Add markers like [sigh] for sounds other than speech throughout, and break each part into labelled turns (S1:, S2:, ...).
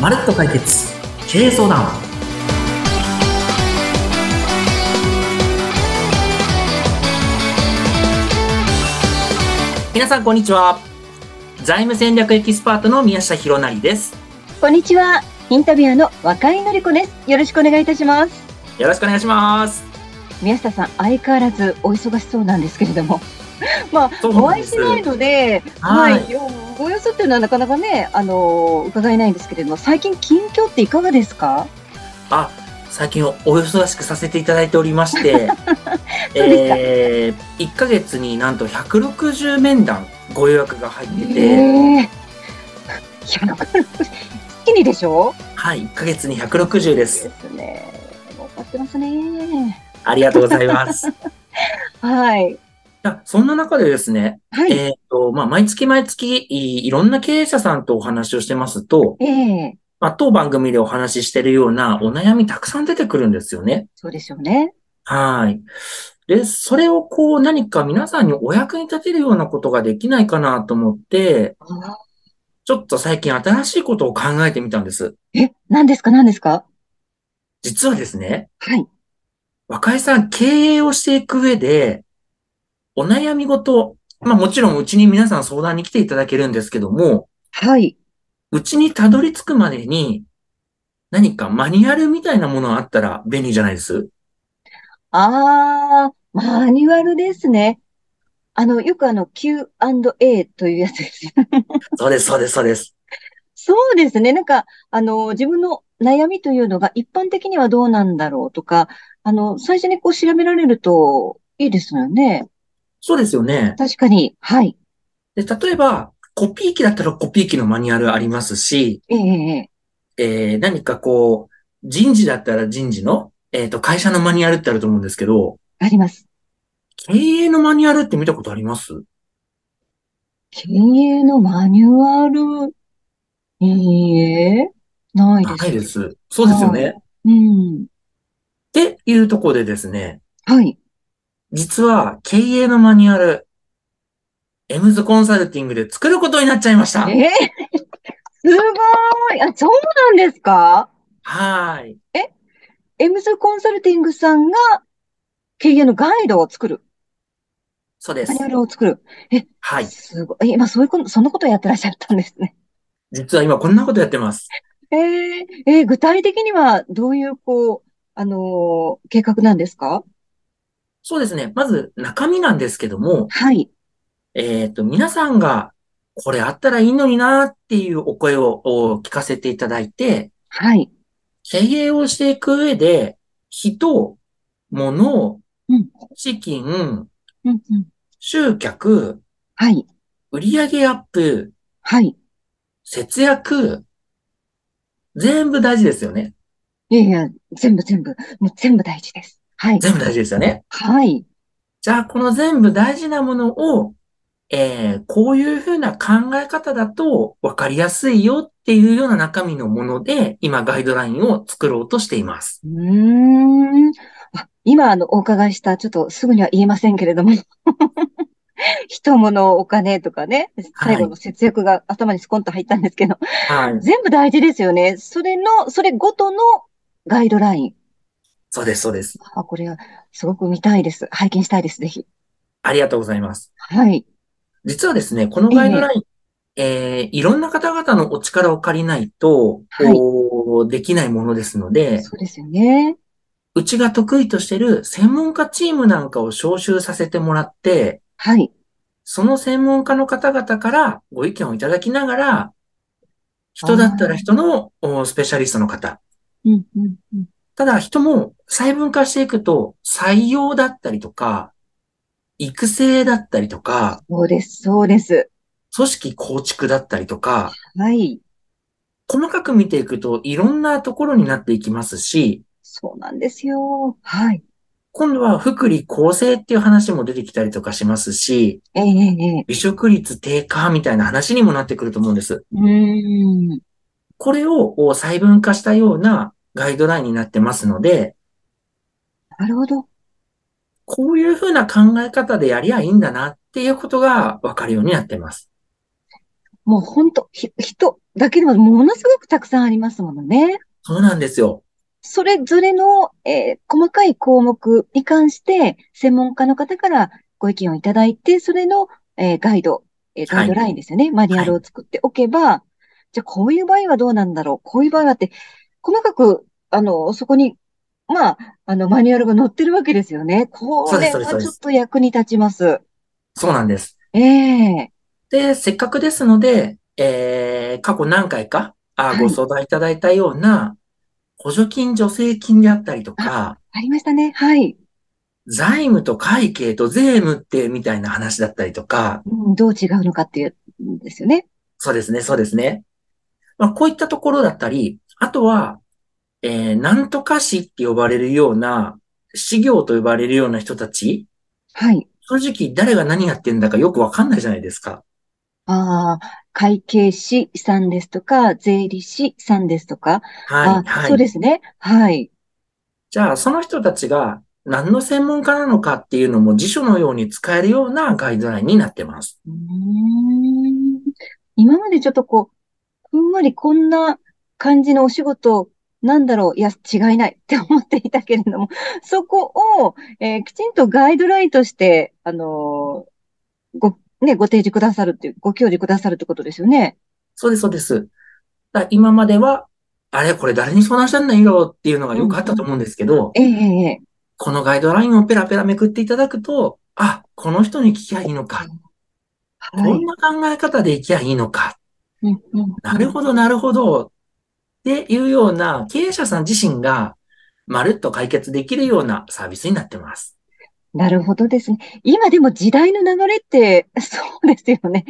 S1: まるっと解決経営相談皆さんこんにちは財務戦略エキスパートの宮下博成です
S2: こんにちは。インタビュアーの若井のり子です。よろしくお願いいたします。
S1: よろしくお願いします
S2: 宮下さん、相変わらずお忙しそうなんですけれども。まあ、
S1: そうなん
S2: お
S1: で
S2: 会い
S1: す
S2: しないので、
S1: はい
S2: はい、ご様子っていうのはなかなかね、あのー伺えないんですけれども、最近近況っていかがですか。
S1: あ最近お忙しくさせていただいておりまして
S2: そうですか
S1: [laughs] えー、1ヶ月になんと160面談ご予約が入ってて、
S2: ええ100月にでしょ
S1: はい1ヶ月に160です
S2: ですね。儲かってますね。
S1: ありがとうござい
S2: [laughs]
S1: ます。い
S2: はい。
S1: やそんな中でですね、
S2: はい。
S1: えっ、と、まあ、毎月毎月い、いろんな経営者さんとお話をしてますと、
S2: ええ
S1: まあ、当番組でお話ししてるようなお悩みたくさん出てくるんですよね。
S2: そうでしょうね。
S1: はい。で、それをこう何か皆さんにお役に立てるようなことができないかなと思って、
S2: あ
S1: ちょっと最近新しいことを考えてみたんです。
S2: ーえ、何ですか、何ですか。
S1: 実はですね、
S2: はい。
S1: 若井さん、経営をしていく上で、お悩み事、まあもちろんうちに皆さん相談に来ていただけるんですけども、
S2: はい。
S1: うちにたどり着くまでに、何かマニュアルみたいなものあったら便利じゃないです
S2: ああ、マニュアルですね。あの、よくあの、Q&A というやつです。
S1: そうです、そうです、そうです。
S2: [laughs] そうですね。なんか、あの、自分の悩みというのが一般的にはどうなんだろうとか、あの、最初にこう調べられるといいですよね。
S1: そうですよね。
S2: 確かに。はい。
S1: で、例えば、コピー機だったらコピー機のマニュアルありますし、
S2: ええええ
S1: えー、何かこう、人事だったら人事の、えっと、会社のマニュアルってあると思うんですけど、
S2: あります。
S1: 経営のマニュアルって見たことあります
S2: 経営のマニュアル、いいえ、ないです。
S1: ないです。そうですよね。
S2: うん。
S1: っていうところでですね、
S2: はい。
S1: 実は経営のマニュアル、エムズコンサルティングで作ることになっちゃいました。
S2: ええ [laughs] すごーい。あ、そうなんですか
S1: はーい。
S2: エムズコンサルティングさんが経営のガイドを作る、
S1: そうで
S2: マ
S1: す
S2: ニュ。アルを作る。
S1: はい。
S2: すごい。え今、そういうこと、そんなことやってらっしゃったんですね。 [laughs]
S1: 実は今こんなことやってます。
S2: えーえー具体的にはどういう、こう、あのー計画なんですか
S1: そうですね。まず中身なんですけども、
S2: はい。
S1: えっ、と、皆さんがこれあったらいいのになっていうお声をお聞かせていただいて、
S2: はい。
S1: 経営をしていく上で、人、物、
S2: うん
S1: 資金、
S2: うんうん。
S1: 集客、
S2: はい。
S1: 売上アップ、
S2: はい。
S1: 節約、全部大事ですよね。
S2: いやいや、全部全部、もう全部大事です。はい。
S1: 全部大事ですよね。
S2: はい。
S1: じゃあ、この全部大事なものを、えー、こういうふうな考え方だと分かりやすいよっていうような中身のもので、今ガイドラインを作ろうとしています。
S2: うーん。あ今、あの、お伺いした、ちょっとすぐには言えませんけれども、 [laughs] 人物、お金とかね、最後の節約が頭にスコンと入ったんですけど、
S1: はい。
S2: 全部大事ですよね。それの、それごとのガイドライン。
S1: そうです、そうです。
S2: あ、これはすごく見たいです。拝見したいです、ぜひ。
S1: ありがとうございます。
S2: はい。
S1: 実はですね、このガイドライン、えー、いろんな方々のお力を借りないと、
S2: はい
S1: こうできないものですので、
S2: そうですよね。
S1: うちが得意としてる専門家チームなんかを招集させてもらって、
S2: はい。
S1: その専門家の方々からご意見をいただきながら、人だったら人のおスペシャリストの方。
S2: うん、うん、うん。
S1: ただ人も細分化していくと、採用だったりとか、育成だったりとか、
S2: そうです、そうです。
S1: 組織構築だったりとか、
S2: はい。
S1: 細かく見ていくといろんなところになっていきますし、
S2: そうなんですよ。はい。
S1: 今度は福利厚生っていう話も出てきたりとかしますし、
S2: ええええ。
S1: 離職率低下みたいな話にもなってくると思うんです。
S2: うーん。
S1: これをこう細分化したようなガイドラインになってますので、
S2: なるほど。
S1: こういうふうな考え方でやりゃいいんだなっていうことがわかるようになってます。
S2: もう本当ひ、人、だけでもものすごくたくさんありますものね。
S1: そうなんですよ。
S2: それぞれの、えー細かい項目に関して、専門家の方からご意見をいただいて、それの、えーガイド、えーガイドラインですよね。マニュアルを作っておけば、じゃあこういう場合はどうなんだろう。こういう場合はって、細かく、あの、そこに、まあ、あの、マニュアルが載ってるわけですよね。こ
S1: そうです
S2: れ
S1: そうですそ
S2: は
S1: うで
S2: ち
S1: す
S2: ょっと役に立ちます。
S1: そうなんです。
S2: ええ
S1: で、せっかくですので、えー、過去何回か、あ
S2: はい
S1: ご相談いただいたような、補助金、助成金であったりとか、
S2: ありましたね。はい。
S1: 財務と会計と税務って、みたいな話だったりとか、
S2: うん、どう違うのかっていうんですよね。
S1: そうですね、そうですね。まあ、こういったところだったり、あとは、えー、なんとか市って呼ばれるような、市業と呼ばれるような人たち、
S2: はい。
S1: 正直誰が何やってんだかよくわかんないじゃないですか。
S2: ああ、会計士さんですとか、税理士さんですとか。
S1: はい、
S2: あ、
S1: はい。
S2: そうですね。はい。
S1: じゃあ、その人たちが何の専門家なのかっていうのも辞書のように使えるようなガイドラインになってます。
S2: うーん今までちょっとこう、ふんわりこんな感じのお仕事、なんだろう、いや、違いないって思っていたけれども、 [laughs] そこを、えーきちんとガイドラインとして、あのーご、ね、ご提示くださるっていう、ご教示くださるってことですよね。
S1: そうです、そうです。だから今までは、あれ、これ誰に相談したんだよっていうのがよくあったと思うんですけど、
S2: ええええ
S1: このガイドラインをペラペラめくっていただくと、あ、この人に聞きゃいいのか、
S2: は
S1: こん
S2: い。
S1: な考え方でいきゃいいのか、
S2: うんうん
S1: なるほど、なるほど、っていうような経営者さん自身が、まるっと解決できるようなサービスになってます。
S2: なるほどですね。今でも時代の流れって、 [laughs] そうですよね。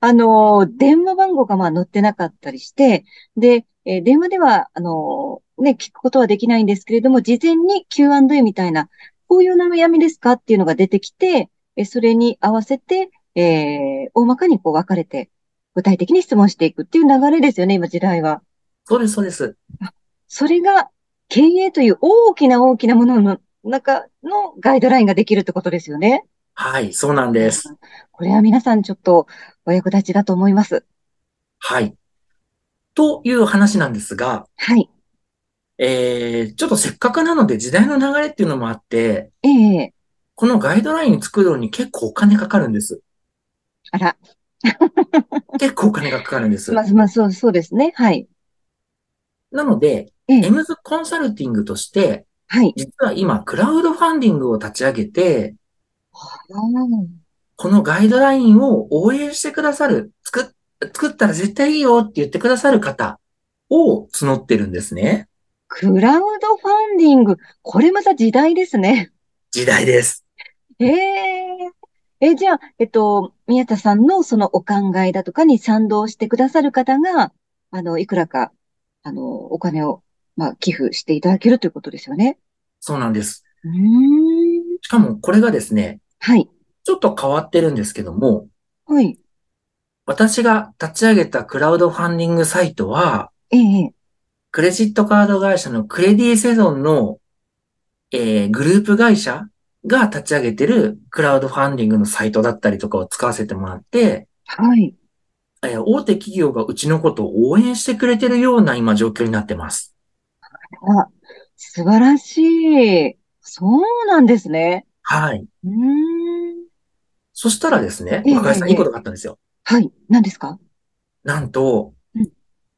S2: あの、電話番号がまあ載ってなかったりして、で、えー電話では、あの、ね、聞くことはできないんですけれども、事前に Q&A みたいな、こういう悩みですかっていうのが出てきて、えーそれに合わせて、えー大まかにこう分かれて、具体的に質問していくっていう流れですよね、今時代は。
S1: そうです、そうです。
S2: それが、経営という大きな大きなものの中のガイドラインができるってことですよね。
S1: はい、そうなんです。
S2: これは皆さんちょっとお役立ちだと思います。
S1: はい。という話なんですが、
S2: はい。
S1: えー、ちょっとせっかくなので時代の流れっていうのもあって、
S2: ええ
S1: このガイドライン作るのに結構お金かかるんです。
S2: あら。
S1: 結構お金がかかるんです。
S2: まあ、まあ、そう、そうですね。はい。
S1: なので、
S2: ええ
S1: エムズコンサルティングとして、
S2: はい。
S1: 実は今、クラウドファンディングを立ち上げて、
S2: うん
S1: このガイドラインを応援してくださる、作っ、作ったら絶対いいよって言ってくださる方を募ってるんですね。
S2: クラウドファンディング。これまた時代ですね。
S1: 時代です。
S2: えええ、じゃあ、えっと、宮田さんのそのお考えだとかに賛同してくださる方が、あの、いくらか、あの、お金を、まあ、寄付していただけるということですよね。
S1: そうなんです。
S2: うーん。
S1: しかもこれがですね、
S2: はい。
S1: ちょっと変わってるんですけども、
S2: はい。
S1: 私が立ち上げたクラウドファンディングサイトは、
S2: ええ
S1: クレジットカード会社のクレディセゾンの、えーグループ会社が立ち上げてるクラウドファンディングのサイトだったりとかを使わせてもらって、
S2: はい。
S1: えー大手企業がうちのことを応援してくれてるような今状況になってます。
S2: あ、素晴らしい。そうなんですね。
S1: はい。
S2: うーん。
S1: そしたらですね、
S2: ええ
S1: 若井さん、いいことがあったんですよ。
S2: はい。何ですか
S1: なんと
S2: うん、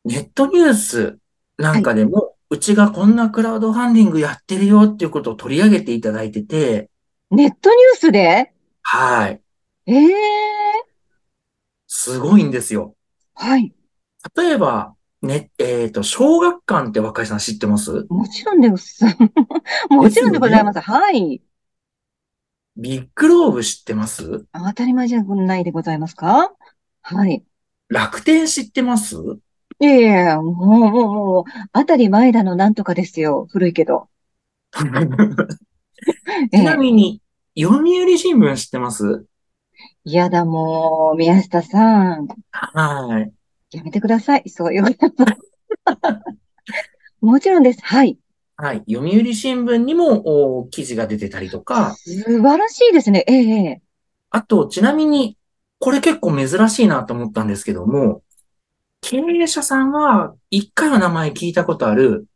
S1: ネットニュースなんかでも、うちがこんなクラウドファンディングやってるよっていうことを取り上げていただいてて、
S2: ネットニュースで
S1: はい。
S2: ええ
S1: すごいんですよ。
S2: はい。
S1: 例えば、ね、えっ、と、小学館って若井さん知ってます
S2: もちろんでございます。 [laughs] もちろんでございます。はい。
S1: ビッグローブ知ってます
S2: あ当たり前じゃないでございますかはい。
S1: 楽天知ってます
S2: いやいや、もう、もう、もう、当たり前だの、なんとかですよ。古いけど。 [laughs] え
S1: ちな
S2: え。
S1: みに、読売新聞知ってます
S2: いやだ、もう、宮下さん。
S1: はい。
S2: やめてください。そういうこと。もちろんです。はい。
S1: はい。読売新聞にもお記事が出てたりとか、
S2: 素晴らしいですね。ええええ、
S1: あと、ちなみに、これ結構珍しいなと思ったんですけども、経営者さんは、一回は名前聞いたことある、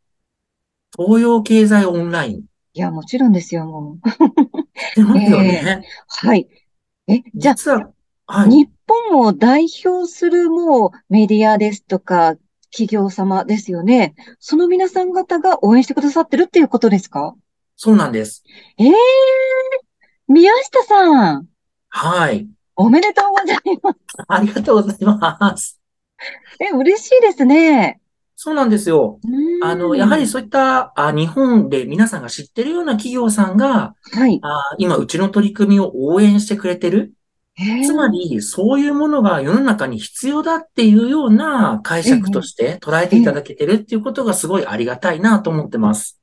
S1: 東洋経済オンライン。
S2: いや、もちろんですよ、もう。 [laughs]
S1: 出ますよね。
S2: はい。え、じゃあ、
S1: 実は、はい。
S2: 日本を代表するもうメディアですとか、企業様ですよね。その皆さん方が応援してくださってるっていうことですか
S1: そうなんです。
S2: ええ宮下さん、
S1: はい。
S2: おめでとうございます。
S1: ありがとうございます。
S2: え、嬉しいですね。
S1: そうなんですよ。
S2: うん
S1: あの、やはりそういった、あ、日本で皆さんが知ってるような企業さんが、
S2: はい。
S1: あ、今うちの取り組みを応援してくれてる。つま
S2: り、
S1: り、そういうものが世の中に必要だっていうような解釈として捉えていただけてるっていうことがすごいありがたいなと思ってます。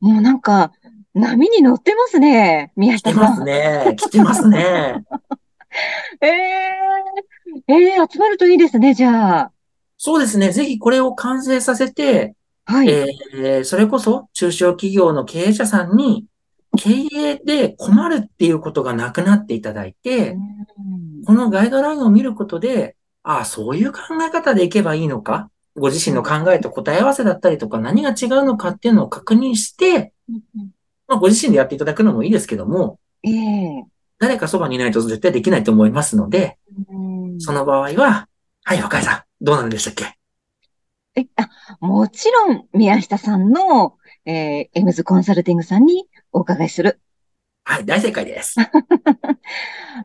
S2: もうなんか、波に乗ってますね、宮
S1: 来て
S2: 下
S1: ます
S2: さん。
S1: ね。来てますね。
S2: ええええ集まるといいですね、じゃあ。
S1: そうですね。ぜひこれを完成させて、
S2: はい。
S1: えーそれこそ中小企業の経営者さんに、経営で困るっていうことがなくなっていただいて、
S2: うん
S1: このガイドラインを見ることで、ああ、そういう考え方でいけばいいのか、ご自身の考えと答え合わせだったりとか、何が違うのかっていうのを確認して、まあ、ご自身でやっていただくのもいいですけども、
S2: ええ
S1: 誰かそばにいないと絶対できないと思いますので、
S2: うん
S1: その場合は、はい、若井さん、どうなるんでしたっけ
S2: え、あ、もちろん、宮下さんの、えーエムズコンサルティングさんにお伺いする。
S1: はい、大正解
S2: [laughs]
S1: です。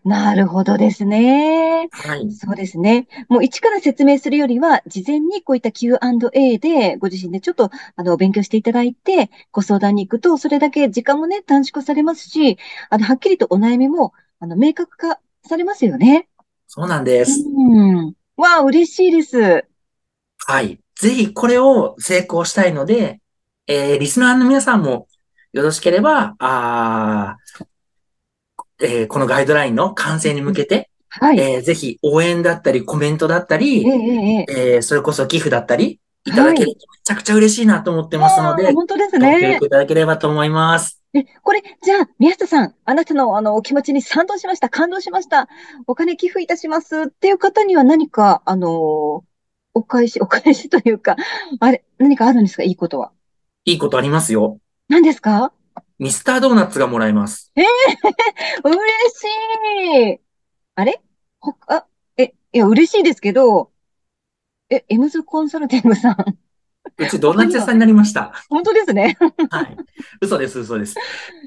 S2: なるほどですね。
S1: はい。
S2: そうですね。もう一から説明するよりは、事前にこういった Q&A で、ご自身でちょっと、あの、勉強していただいて、ご相談に行くと、それだけ時間もね、短縮されますし、あの、はっきりとお悩みも、あの、明確化されますよね。
S1: そうなんです。
S2: うん。わあ、嬉しいです。
S1: はい。ぜひこれを成功したいので、えー、リスナーの皆さんもよろしければ、あーえーこのガイドラインの完成に向けて、
S2: はい。え
S1: えーぜひ応援だったり、コメントだった
S2: え、え
S1: り、
S2: え、ええ。
S1: えーそれこそ寄付だったり、いただけるとめちゃくちゃ嬉しいなと思ってますので、
S2: あー本当です
S1: ご協
S2: ね
S1: 力。いただければと思います。
S2: え、これ、じゃあ、宮下さん、あなたの、あの、お気持ちに賛同しました、感動しました、お金寄付いたしますっていう方には何か、あの、お返し、お返しというか、あれ、何かあるんですかいいことは。
S1: いいことありますよ。
S2: 何ですか
S1: ミスタードーナツがもらえます。
S2: 嬉しいあれほあ、え、いや、嬉しいですけど、え、エムズコンサルティングさん、
S1: うちドーナツ屋さんになりました。
S2: 本当ですね。
S1: はい。嘘です、嘘です。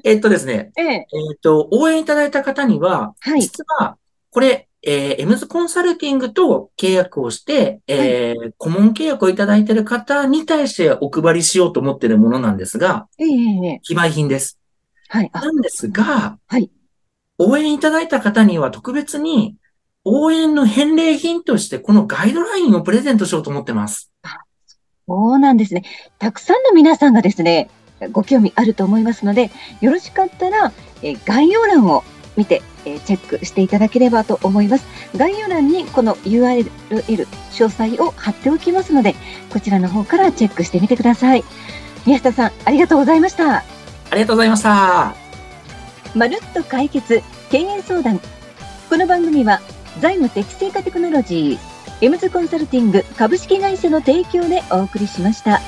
S1: えっとですね、
S2: ええ、
S1: えっと、応援いただいた方には、
S2: はい
S1: 実は、これ、えーエムズコンサルティングと契約をして、えー顧問契約をいただいている方に対してお配りしようと思っているものなんですが、
S2: ええ、ええ、
S1: 非売品です。
S2: はい、あ、
S1: なんですが、
S2: はい
S1: 応援いただいた方には特別に、応援の返礼品として、このガイドラインをプレゼントしようと思ってます。
S2: そうなんですね。たくさんの皆さんがですね、ご興味あると思いますので、よろしかったら、えー概要欄を見て、えーチェックしていただければと思います。概要欄にこの URL、詳細を貼っておきますので、こちらの方からチェックしてみてください。宮下さん、ありがとうございました。
S1: ありがとうございました。
S2: まるっと解決経営相談この番組は財務適正化テクノロジーエムズコンサルティング株式会社の提供でお送りしました。